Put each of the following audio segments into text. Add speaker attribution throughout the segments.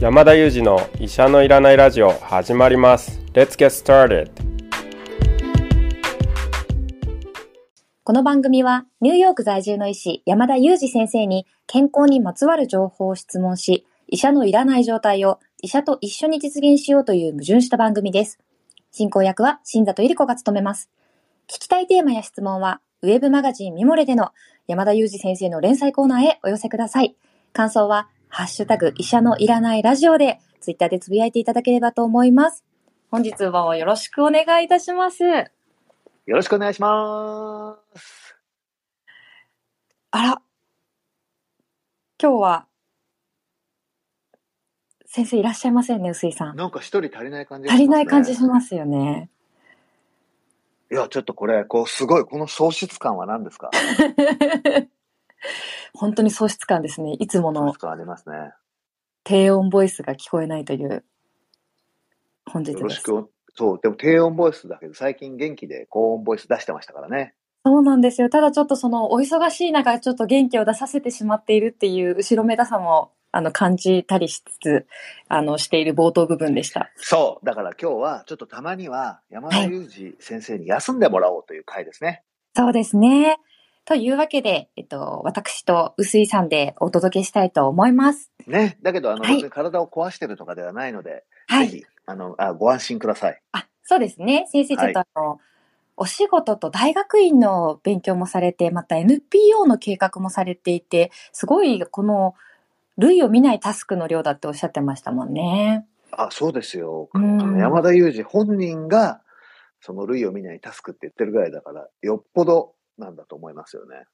Speaker 1: 山田裕二の医者のいらないラジオ始まります Let's get started
Speaker 2: この番組はニューヨーク在住の医師山田裕二先生に健康にまつわる情報を質問し、医者のいらない状態を医者と一緒に実現しようという矛盾した番組です。進行役は新里ゆり子が務めます。聞きたいテーマや質問は、ウェブマガジンミモレでの山田裕二先生の連載コーナーへお寄せください。感想は、ハッシュタグ医者のいらないラジオで、ツイッターでつぶやいていただければと思います。本日はよろしくお願いいたします。
Speaker 3: よろしくお願いします。
Speaker 2: あら。今日は、先生いらっしゃいませんね、薄井さん。
Speaker 3: なんか一人足りない感じが
Speaker 2: 足
Speaker 3: し
Speaker 2: り
Speaker 3: ますね、
Speaker 2: ない感じしますよ ね。
Speaker 3: いや、ちょっとこれ、こう、すごい、この喪失感は何ですか
Speaker 2: 本当に喪失感ですね。いつも
Speaker 3: 喪
Speaker 2: の
Speaker 3: 失感ありますね。
Speaker 2: 低音ボイスが聞こえないという本日
Speaker 3: よろ
Speaker 2: で
Speaker 3: し
Speaker 2: す。
Speaker 3: くお、そう、でも低音ボイスだけど、最近元気で高音ボイス出してましたからね。
Speaker 2: そうなんですよ。ただちょっとそのお忙しい中、ちょっと元気を出させてしまっているっていう後ろめたさもあの感じたりしつつ、あのしている冒頭部分でした。
Speaker 3: そう、だから今日は、ちょっとたまには、山
Speaker 2: は
Speaker 3: 田
Speaker 2: い
Speaker 3: 裕二先生に休んでもらおうという回ですね。
Speaker 2: そうですね。というわけで、えっと、私と薄井さんでお届けしたいと思います。
Speaker 3: ね。だけど、あの、
Speaker 2: はい
Speaker 3: 別に体を壊してるとかではないので、
Speaker 2: は
Speaker 3: ぜ
Speaker 2: い。
Speaker 3: ひ、あのあ、ご安心ください。
Speaker 2: あ、そうですね。先生、ちょ
Speaker 3: は
Speaker 2: っ
Speaker 3: い
Speaker 2: とあの、お仕事と大学院の勉強もされて、また NPO の計画もされていて、すごい、この、類を見ないタスクの量だっておっしゃってましたもんね。
Speaker 3: あ、そうですよ。
Speaker 2: うん
Speaker 3: あの山田裕二本人が、その類を見ないタスクって言ってるぐらいだから、よっぽどなんだと思いますよね。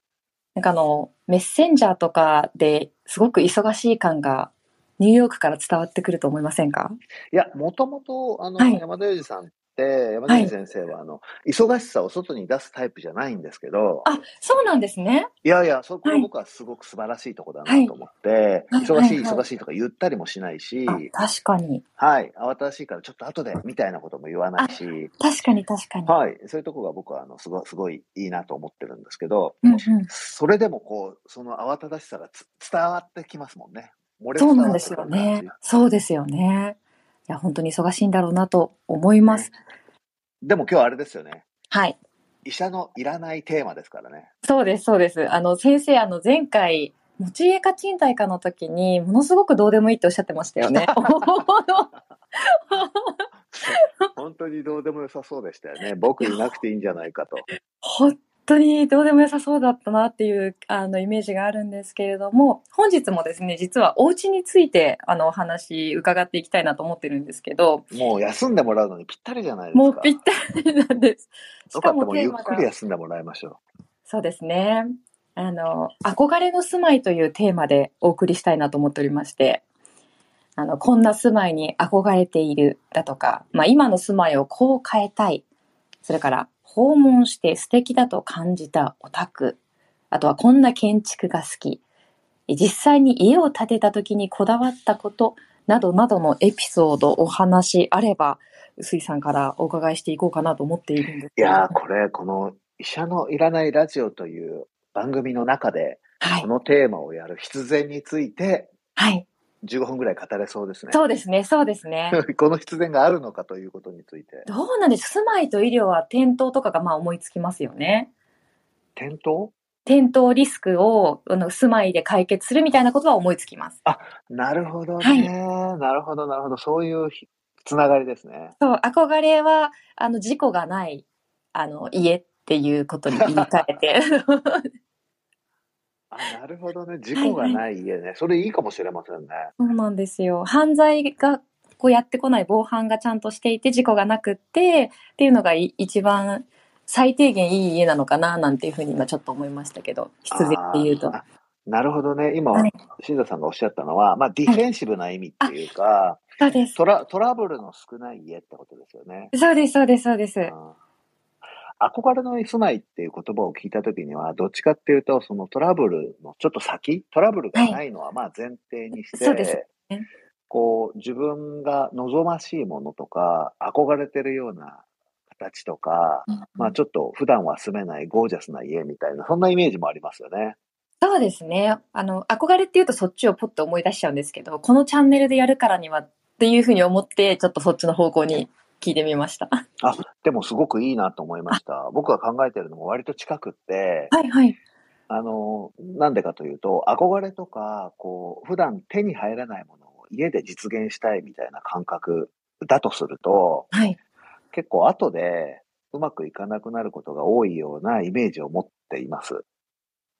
Speaker 2: なんかあの、メッセンジャーとかですごく忙しい感が、ニューヨークから伝わってくると思いませんか
Speaker 3: いや、もともと、あの、
Speaker 2: はい
Speaker 3: 山田裕二さんって、山田裕二先生は、あの、忙しさを外に出すタイプじゃないんですけど、
Speaker 2: あ、そうなんですね。
Speaker 3: いやいや、そこ
Speaker 2: はい
Speaker 3: 僕はすごく素晴らしいとこだなと思って、
Speaker 2: はい
Speaker 3: 忙しい、
Speaker 2: はいはい
Speaker 3: 忙しいとか言ったりもしないし、
Speaker 2: あ
Speaker 3: はい、
Speaker 2: 確かに。
Speaker 3: 慌ただしいからちょっと後で、みたいなことも言わないし、
Speaker 2: 確かに確かに。
Speaker 3: はい、そういうとこが僕は、あの、すごい、すごいいいなと思ってるんですけど、
Speaker 2: うんうん。
Speaker 3: それでもこう、その慌ただしさがつ伝わってきますもんね。漏れ
Speaker 2: そ
Speaker 3: 伝
Speaker 2: う
Speaker 3: わ
Speaker 2: なん
Speaker 3: っ
Speaker 2: で
Speaker 3: て
Speaker 2: す
Speaker 3: くる
Speaker 2: よ
Speaker 3: 感じ
Speaker 2: ね。そうですよね。いや、本当に忙しいんだろうなと思います。
Speaker 3: でも今日はあれですよね。
Speaker 2: はい。
Speaker 3: 医者のいらないテーマですか らね。
Speaker 2: そうです、そうです。あの、先生、あの、前回、持ち家か賃貸かの時に、ものすごくどうでもいいっておっしゃってました よね。
Speaker 3: 本当にどうでもよさそうでしたよね。僕いなくていいんじゃないかと。
Speaker 2: 本当にどうでもよさそうだったなっていう、あの、イメージがあるんですけれども、本日もですね、実はお家について、あの、お話伺っていきたいなと思ってるんですけど、
Speaker 3: もう休んでもらうのにぴったりじゃないですか。
Speaker 2: もうぴったりなんです。
Speaker 3: よかったもう
Speaker 2: テ
Speaker 3: ゆ
Speaker 2: ー
Speaker 3: っ
Speaker 2: マ
Speaker 3: く
Speaker 2: が
Speaker 3: り休んでもらいましょ
Speaker 2: そうですね。あの、憧れの住まいというテーマでお送りしたいなと思っておりまして、あの、こんな住まいに憧れているだとか、まあ今の住まいをこう変えたい。それから、訪問して素敵だと感じたオタク。あとはこんな建築が好き。実際に家を建てた時にこだわったことなどなどのエピソード、お話あれば、薄井さんからお伺いしていこうかなと思っているんです
Speaker 3: う。い
Speaker 2: けれども
Speaker 3: やー、これ、この医者のいらないラジオという番組の中で、
Speaker 2: はい
Speaker 3: こ。のテーマをやる必然について
Speaker 2: はい。
Speaker 3: 15分ぐらい語れそうですね。
Speaker 2: そうですね、そうです ね。
Speaker 3: この必然があるのかということについて。
Speaker 2: どうなんです住まいと医療は転倒とかがまあ思いつきますよね。
Speaker 3: 転倒
Speaker 2: 転倒リスクをあの住まいで解決するみたいなことは思いつきます。
Speaker 3: なるほどね。
Speaker 2: はい
Speaker 3: なるほど、なるほど。そういうひつながりですね。
Speaker 2: そう、憧れは、あの、事故がない、あの、家っていうことに言い換えて。
Speaker 3: あ、なるほどね。事故がない家ね。それいいかもしれませんね。
Speaker 2: そうなんですよ。犯罪がこうやってこない、防犯がちゃんとしていて、事故がなくって、っていうのがい一番最低限いい家なのかな、なんていうふうに今ちょっと思いましたけど、必然っていうと
Speaker 3: あ。ー。あなるほどね。今、
Speaker 2: はい
Speaker 3: 新座さんがおっしゃったのは、まあ、ディフェンシブな意味っていうか、
Speaker 2: そうです。
Speaker 3: トラトラブルの少ない家ってことですよね。
Speaker 2: そうです、そうです、そうです。
Speaker 3: うん憧れの住まいっていう言葉を聞いたときには、どっちかっていうと、そのトラブルのちょっと先、トラブルがないのはまあ前提にして、
Speaker 2: そうですね
Speaker 3: こう自分が望ましいものとか、憧れてるような形とか、まあちょっと普段は住めないゴージャスな家みたいな、そんなイメージもありますよね。
Speaker 2: そうですね。あの、憧れっていうとそっちをポッと思い出しちゃうんですけど、このチャンネルでやるからにはっていうふうに思って、ちょっとそっちの方向に聞いてみました。は
Speaker 3: あ、でもすごくいいなと思いました。僕が考えてるのも割と近くって、
Speaker 2: いはい。
Speaker 3: あの、なんでかというと、憧れとか、こう、普段手に入らないものを家で実現したいみたいな感覚だとすると、
Speaker 2: はい。
Speaker 3: 結構後でうまくいかなくなることが多いようなイメージを持っています。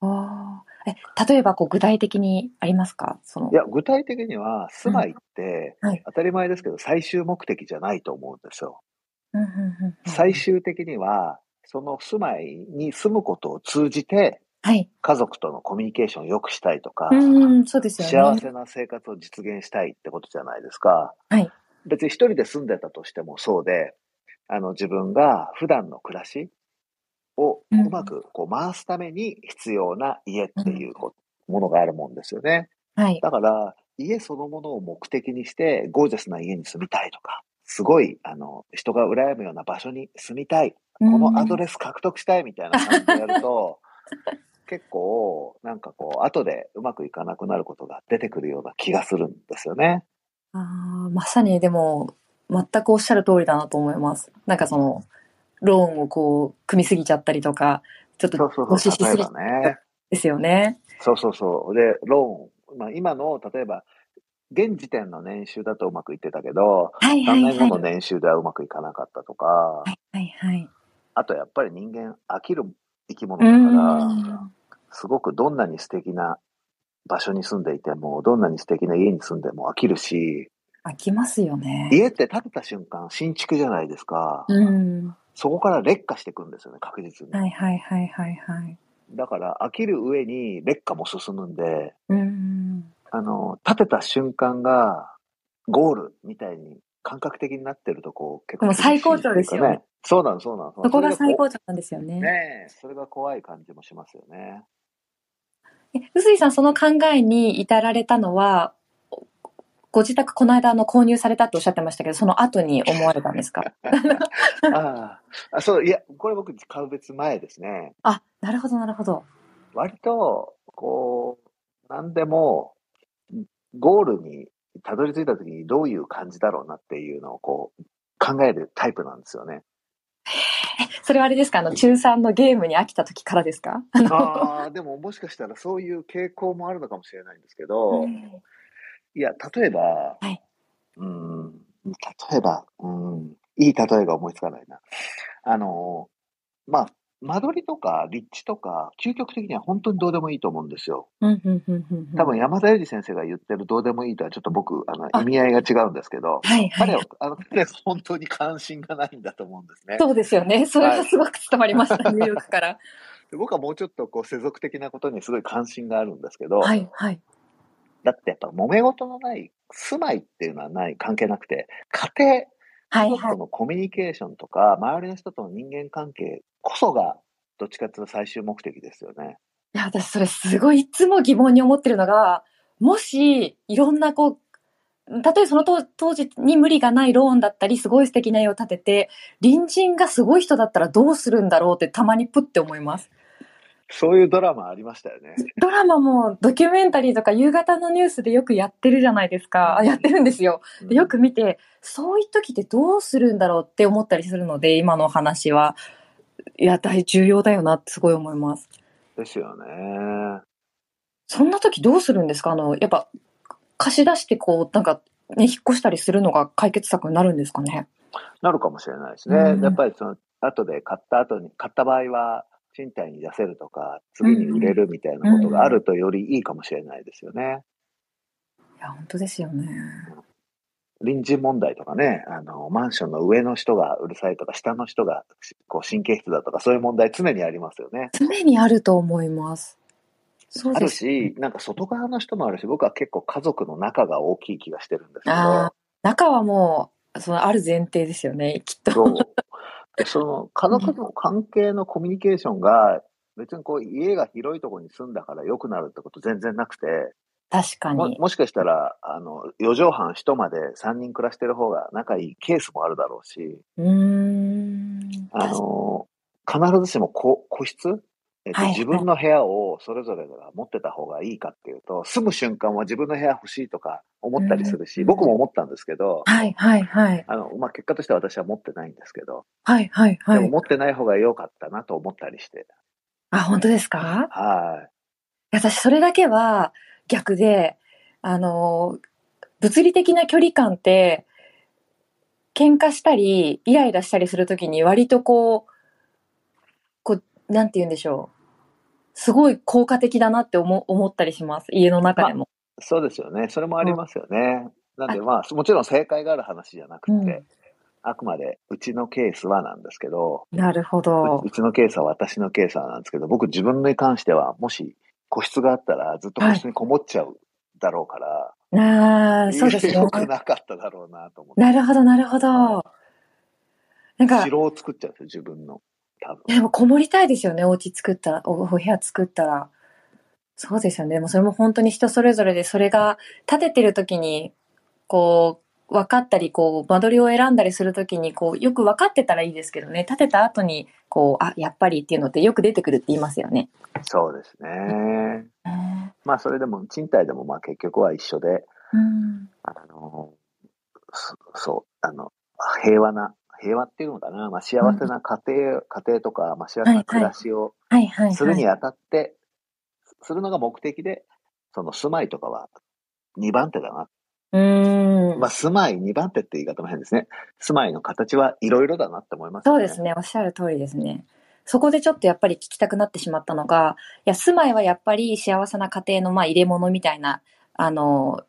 Speaker 2: おーえ、例えばこう具体的にありますかその
Speaker 3: い。や、具体的には、住まいって
Speaker 2: うんはい、
Speaker 3: 当たり前ですけど、最終目的じゃないと思うんですよ。
Speaker 2: うんうんうんうん
Speaker 3: 最終的には、その住まいに住むことを通じて、
Speaker 2: はい。
Speaker 3: 家族とのコミュニケーションを良くしたいとか
Speaker 2: う、ん、そうですよ
Speaker 3: 幸
Speaker 2: ね。
Speaker 3: せな生活を実現したいってことじゃないですか。
Speaker 2: はい
Speaker 3: 別に一人で住んでたとしてもそうで、あの自分が普段の暮らしを
Speaker 2: うん
Speaker 3: うまくこう回すために必要な家っていうこものがあるもんですよね。
Speaker 2: はい。
Speaker 3: だから家そのものを目的にしてゴージャスな家に住みたいとか、すごいあの人が羨むような場所に住みたいこのアド
Speaker 2: レ
Speaker 3: レス獲得したいみたいな感じでや ると、結構、なんかこう、後でうまくいかなくなることが出てくるような気がするんですよね。
Speaker 2: あーまさにでも、全くおっしゃる通りだなと思います。なんかその、ローンをこう、組みすぎちゃったりとか、ちょっと
Speaker 3: そうそう
Speaker 2: 無視
Speaker 3: そ
Speaker 2: し
Speaker 3: う。例え
Speaker 2: すぎ
Speaker 3: ばね。
Speaker 2: ですよね。
Speaker 3: そうそうそう。で、ローン。まあ今の、例えば、現時点の年収だとうまくいってたけど、
Speaker 2: はいは
Speaker 3: 3
Speaker 2: い
Speaker 3: 年
Speaker 2: は
Speaker 3: 後
Speaker 2: い。
Speaker 3: の年収ではうまくいかなかったとか
Speaker 2: は、いはいはい。
Speaker 3: あとやっぱり人間飽きる生き
Speaker 2: う
Speaker 3: 物だから、
Speaker 2: ん。
Speaker 3: すごくどんなに素敵な場所に住んでいても、どんなに素敵な家に住んでも飽きるし、
Speaker 2: 飽きますよね。
Speaker 3: 家って建てた瞬間、新築じゃないですか。
Speaker 2: うん。
Speaker 3: そこから劣化していくんですよね、確実に。
Speaker 2: はいはいはいはいはい。
Speaker 3: だから、飽きる上に劣化も進むんで、
Speaker 2: うん。
Speaker 3: あの、建てた瞬間がゴールみたいに感覚的になってるとこう、結構
Speaker 2: でも最高潮ですよね
Speaker 3: 厳しいっていうか。そうなの、そうなの。
Speaker 2: そこが最
Speaker 3: 潮。
Speaker 2: 高潮なんですよね。
Speaker 3: ねえ、それが怖い感じもしますよね。
Speaker 2: え臼井さん、その考えに至られたのは、おご自宅この間あの購入されたっておっしゃってましたけど、その後に思われたんですか
Speaker 3: あああ、そう、いや、これ僕、買う別前ですね。
Speaker 2: あ、なるほどなるほど。
Speaker 3: 割と、こう、何でも、ゴールにたどり着いた時にどういう感じだろうなっていうのをこう、考えるタイプなんですよね。
Speaker 2: それはあれですかあの、中3のゲームに飽きた時からですかあの
Speaker 3: ああ、でももしかしたらそういう傾向もあるのかもしれないんですけど、いや、例えば、
Speaker 2: はい、
Speaker 3: うん、例えば、うん、いい例えが思いつかないな。あの、まあ、間取りとか立地とか、究極的には本当にどうでもいいと思うんですよ。
Speaker 2: うんうんうんうんうん
Speaker 3: 多分山田裕二先生が言ってるどうでもいいとはちょっと僕、あの
Speaker 2: あ
Speaker 3: 意味合いが違うんですけど、
Speaker 2: はいは
Speaker 3: 彼
Speaker 2: い
Speaker 3: は、。あの、彼は本当に関心がないんだと思うんですね。
Speaker 2: そうですよね。それはすごく伝わりました、ニューヨークから。
Speaker 3: で僕はもうちょっとこう世俗的なことにすごい関心があるんですけど、
Speaker 2: はいはい。
Speaker 3: だってやっぱ揉め事のない、住まいっていうのはない、関係なくて、家
Speaker 2: は
Speaker 3: 庭、
Speaker 2: い
Speaker 3: 家族
Speaker 2: は
Speaker 3: と
Speaker 2: い。
Speaker 3: のコミュニケーションとか、周りの人との人間関係こそが、どっちかっていうと最終目的ですよね。
Speaker 2: いや、私それすごいいつも疑問に思ってるのが、もし、いろんなこう、例えばその当当時に無理がないローンだったり、すごい素敵な絵を建てて、隣人がすごい人だったらどうするんだろうってたまにプって思います。
Speaker 3: そういうドラマありましたよね。
Speaker 2: ドラマもドキュメンタリーとか夕方のニュースでよくやってるじゃないですか。あやってるんですよ。でよく見て、そういう時ってどうするんだろうって思ったりするので、今のお話は。いや、大重要だよなってすごい思います。
Speaker 3: ですよね。
Speaker 2: そんな時どうするんですかあの、やっぱ、貸し出してこう、なんか、ね、引っ越したりするのが解決策になるんですかね
Speaker 3: なるかもしれないですね。
Speaker 2: うん
Speaker 3: やっぱりその、後で買った後に、買った場合は、賃貸に出せるとか、次に売れるみたいなことがあるとよりいいかもしれないですよね。
Speaker 2: いや、本当ですよね。
Speaker 3: 隣人問題とかね、あの、マンションの上の人がうるさいとか、下の人がこう神経質だとか、そういう問題常にありますよね。
Speaker 2: 常にあると思います。そう
Speaker 3: あ
Speaker 2: で
Speaker 3: る
Speaker 2: す。
Speaker 3: し、なんか外側の人もあるし、僕は結構家族の仲が大きい気がしてるんですけ
Speaker 2: あ
Speaker 3: ど
Speaker 2: あ、中はもう、その、ある前提ですよね、きっと。
Speaker 3: そう。でその家族の関係のコミュニケーションが、別にこう家が広いところに住んだから良くなるってこと全然なくて、
Speaker 2: 確か
Speaker 3: も
Speaker 2: に。
Speaker 3: もしかしたら、あの、4畳半一間で3人暮らしてる方が仲いいケースもあるだろうし、
Speaker 2: うーん。
Speaker 3: あの、必ずしも個個室えっ
Speaker 2: は
Speaker 3: と
Speaker 2: い
Speaker 3: 自分の部屋をそれぞれが持ってた方がいいかっていうと、住む瞬間は自分の部屋欲しいとか思ったりする
Speaker 2: う
Speaker 3: し、
Speaker 2: ん
Speaker 3: 僕も思ったんですけど、
Speaker 2: はいはいはい。
Speaker 3: あの、まあ、結果としては私は持ってないんですけど、
Speaker 2: はいはいは
Speaker 3: でも
Speaker 2: い。
Speaker 3: 持ってない方が良かったなと思ったりして。
Speaker 2: あ、本当ですか
Speaker 3: はい
Speaker 2: や私それだけは逆で、あの、物理的な距離感って、喧嘩したり、イライラしたりするときに割とこう、こう、なんて言うんでしょう。すごい効果的だなって思思ったりします。家の中でも。
Speaker 3: い。そうですよね。それもありますよね。なんでまあ、もちろん正解がある話じゃなくて、
Speaker 2: うん
Speaker 3: あくまでうちのケースはなんですけど、
Speaker 2: なるほど
Speaker 3: う。うちのケースは私のケースはなんですけど、僕自分に関しては、もし個室があったらずっと個室にこもっちゃうだろうから、
Speaker 2: なあ、そうです ね。
Speaker 3: 良くなかっただろうなと思って。
Speaker 2: なるほど、なるほど。なんか、
Speaker 3: 城を作っちゃうんですよ、自分の。多分
Speaker 2: いやでもこもりたいですよね。お家作ったら、おお部屋作ったら。そうですよね。でもそれも本当に人それぞれで、それが建ててる時に、こう、分かったり、こう、間取りを選んだりする時に、こう、よく分かってたらいいですけどね。建てた後に、こう、あ、やっぱりっていうのってよく出てくるって言いますよね。
Speaker 3: そうですね。まあ、それでも、賃貸でもまあ結局は一緒で、
Speaker 2: うん。
Speaker 3: あの、そそう、あの、平和な、平和っていうのかな、まあ、幸せな家庭、家庭とか、まあ、幸せな暮らしを
Speaker 2: はいはい、はい。
Speaker 3: するにあたって、するのが目的で、その住まいとかは2番手だな。
Speaker 2: うん
Speaker 3: まあ、。住まい2番手って言い方も変ですね。住まいの形はいろいろだなって思いますね。
Speaker 2: そうですね。おっしゃる通りですね。そこでちょっとやっぱり聞きたくなってしまったのが、いや、住まいはやっぱり幸せな家庭のまあ入れ物みたいな、あの、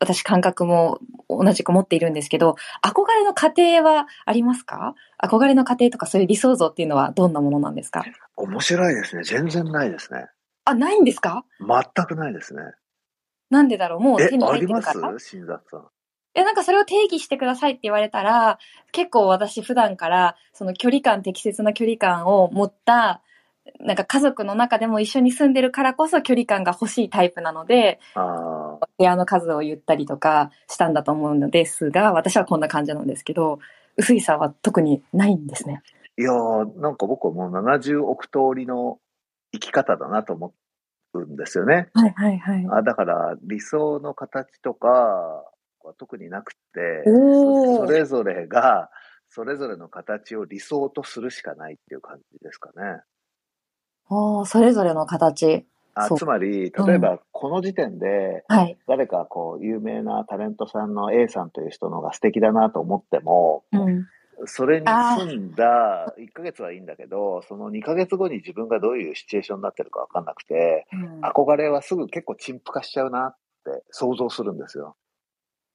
Speaker 2: 私感覚も同じく持っているんですけど、憧れの家庭はありますか憧れの家庭とかそういう理想像っていうのはどんなものなんですか
Speaker 3: 面白いですね。全然ないですね。
Speaker 2: あ、ないんですか
Speaker 3: 全くないですね。
Speaker 2: なんでだろうもう
Speaker 3: え
Speaker 2: 手に、
Speaker 3: あ
Speaker 2: 入っ
Speaker 3: り
Speaker 2: て
Speaker 3: ま
Speaker 2: る
Speaker 3: す
Speaker 2: から。
Speaker 3: 新雑さん。
Speaker 2: え、なんかそれを定義してくださいって言われたら、結構私普段から、その距離感、適切な距離感を持った、なんか家族の中でも一緒に住んでるからこそ距離感が欲しいタイプなので、
Speaker 3: あ
Speaker 2: 部屋の数を言ったりとかしたんだと思うのですが、私はこんな感じなんですけど、薄井さんは特にないんですね。
Speaker 3: ーいやー、なんか僕はもう70億通りの生き方だなと思うんですよね。
Speaker 2: はいはいはい。
Speaker 3: あだから理想の形とかは特になくて、
Speaker 2: おー
Speaker 3: それぞれが、それぞれの形を理想とするしかないっていう感じですかね。
Speaker 2: おーそれぞれの形。
Speaker 3: あ
Speaker 2: そう
Speaker 3: つまり、
Speaker 2: うん
Speaker 3: 例えばこの時点で、
Speaker 2: はい。
Speaker 3: 誰かこう、有名なタレントさんの A さんという人のが素敵だなと思っても、
Speaker 2: うん。
Speaker 3: それに住んだ1ヶ月はいいんだけど、その2ヶ月後に自分がどういうシチュエーションになってるかわかんなくて、憧れはすぐ結構陳腐化しちゃうなって想像するんですよ。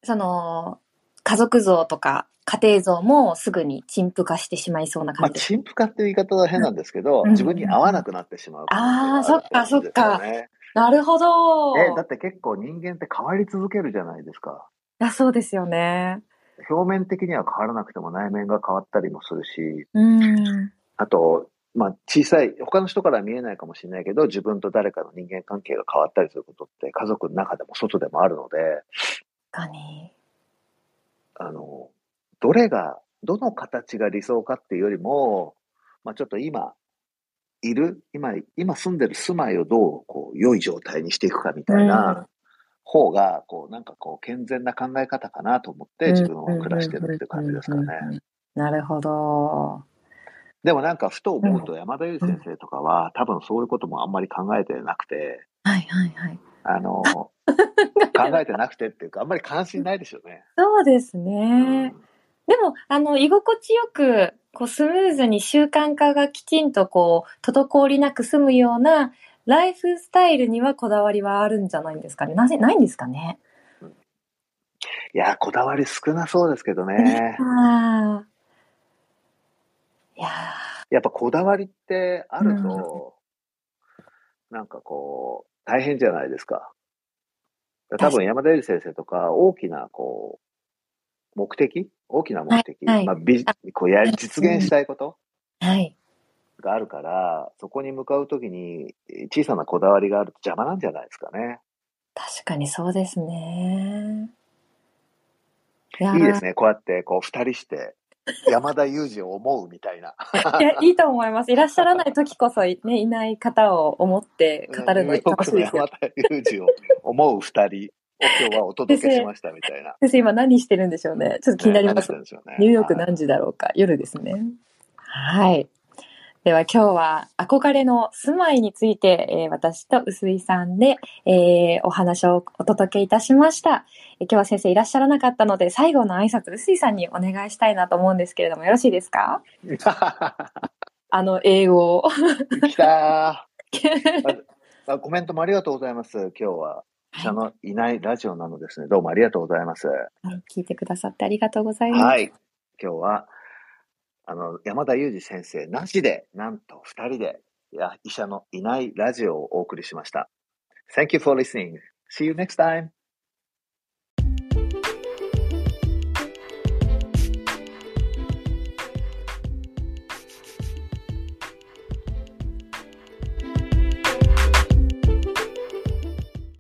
Speaker 2: その、家族像とか家庭像もすぐに陳腐化してしまいそうな感
Speaker 3: まあ、
Speaker 2: じです。
Speaker 3: 陳腐化っていう言い方は変なんですけど、
Speaker 2: うん
Speaker 3: 自分に合わなくなってしまう可能性がる
Speaker 2: あーそっか
Speaker 3: ってことですよね
Speaker 2: なるほど。
Speaker 3: え、だって結構人間って変わり続けるじゃないですか。
Speaker 2: いや、そうですよね。
Speaker 3: 表面的には変わらなくても内面が変わったりもするし、
Speaker 2: うん。
Speaker 3: あと、まあ、小さい、他の人からは見えないかもしれないけど、自分と誰かの人間関係が変わったりすることって、家族の中でも外でもあるので、
Speaker 2: 確かに。
Speaker 3: あの、どれが、どの形が理想かっていうよりも、まあ、ちょっと今、いる、今、今住んでる住まいをどう、こう、良い状態にしていくかみたいな方が、こう、なんかこう、健全な考え方かなと思って、自分は暮らしてるっていう感じですかね。
Speaker 2: なるほど。
Speaker 3: でもなんかふと思うと山田裕二先生とかは多分そういうこともあんまり考えてなくて、
Speaker 2: はいはいはい。
Speaker 3: あの、考えてなくてっていうかあんまり関心ないですよね。
Speaker 2: そうです
Speaker 3: うん
Speaker 2: ね。でも、あの、居心地よく、こう、スムーズに習慣化がきちんと、こう、滞りなく済むような、ライフスタイルにはこだわりはあるんじゃないんですかね。なぜ、ないんですかね。
Speaker 3: いや、こだわり少なそうですけどね。
Speaker 2: ああ。いや
Speaker 3: やっぱこだわりってあると、なんかこう、大変じゃないですか。多分山田裕二先生とか大きなこう、目的大きな目的、
Speaker 2: はいはい
Speaker 3: まあ、ビジこうや実現したいこと、
Speaker 2: ーはい。
Speaker 3: があるから、そこに向かうときにえー小さなこだわりがあると邪魔なんじゃないですかね。
Speaker 2: 確かにそうですね。いや
Speaker 3: いいですね。こうやって、こう、二人して、山田裕二を思うみたいな。
Speaker 2: いや、いいと思います。いらっしゃらない時こそ、ね、いない方を思って語るの楽しいですよ
Speaker 3: 山。田裕二を思う二人を今日はお届けしましたみたいな。
Speaker 2: 先生、今何してるんでしょうね。ちょっと気になります。
Speaker 3: ね。何してるんでしょうね
Speaker 2: ニューヨーク何時だろうか。夜ですね。はい。では今日は憧れの住まいについて、えー私と薄井さんで、えーお話をお届けいたしました。えー今日は先生いらっしゃらなかったので、最後の挨拶、薄井さんにお願いしたいなと思うんですけれども、よろしいですかあの、英語を。
Speaker 3: はい来たーあコメントもありがとうございます。今日は、
Speaker 2: はい
Speaker 3: 医者のいないラジオなのですね。どうもありがとうございます。
Speaker 2: はい聞いてくださってありがとうございます。
Speaker 3: はい。今日は、あの、山田裕二先生なしで、なんと二人で、いや医者のいないラジオをお送りしました。Thank you for listening. See you next time.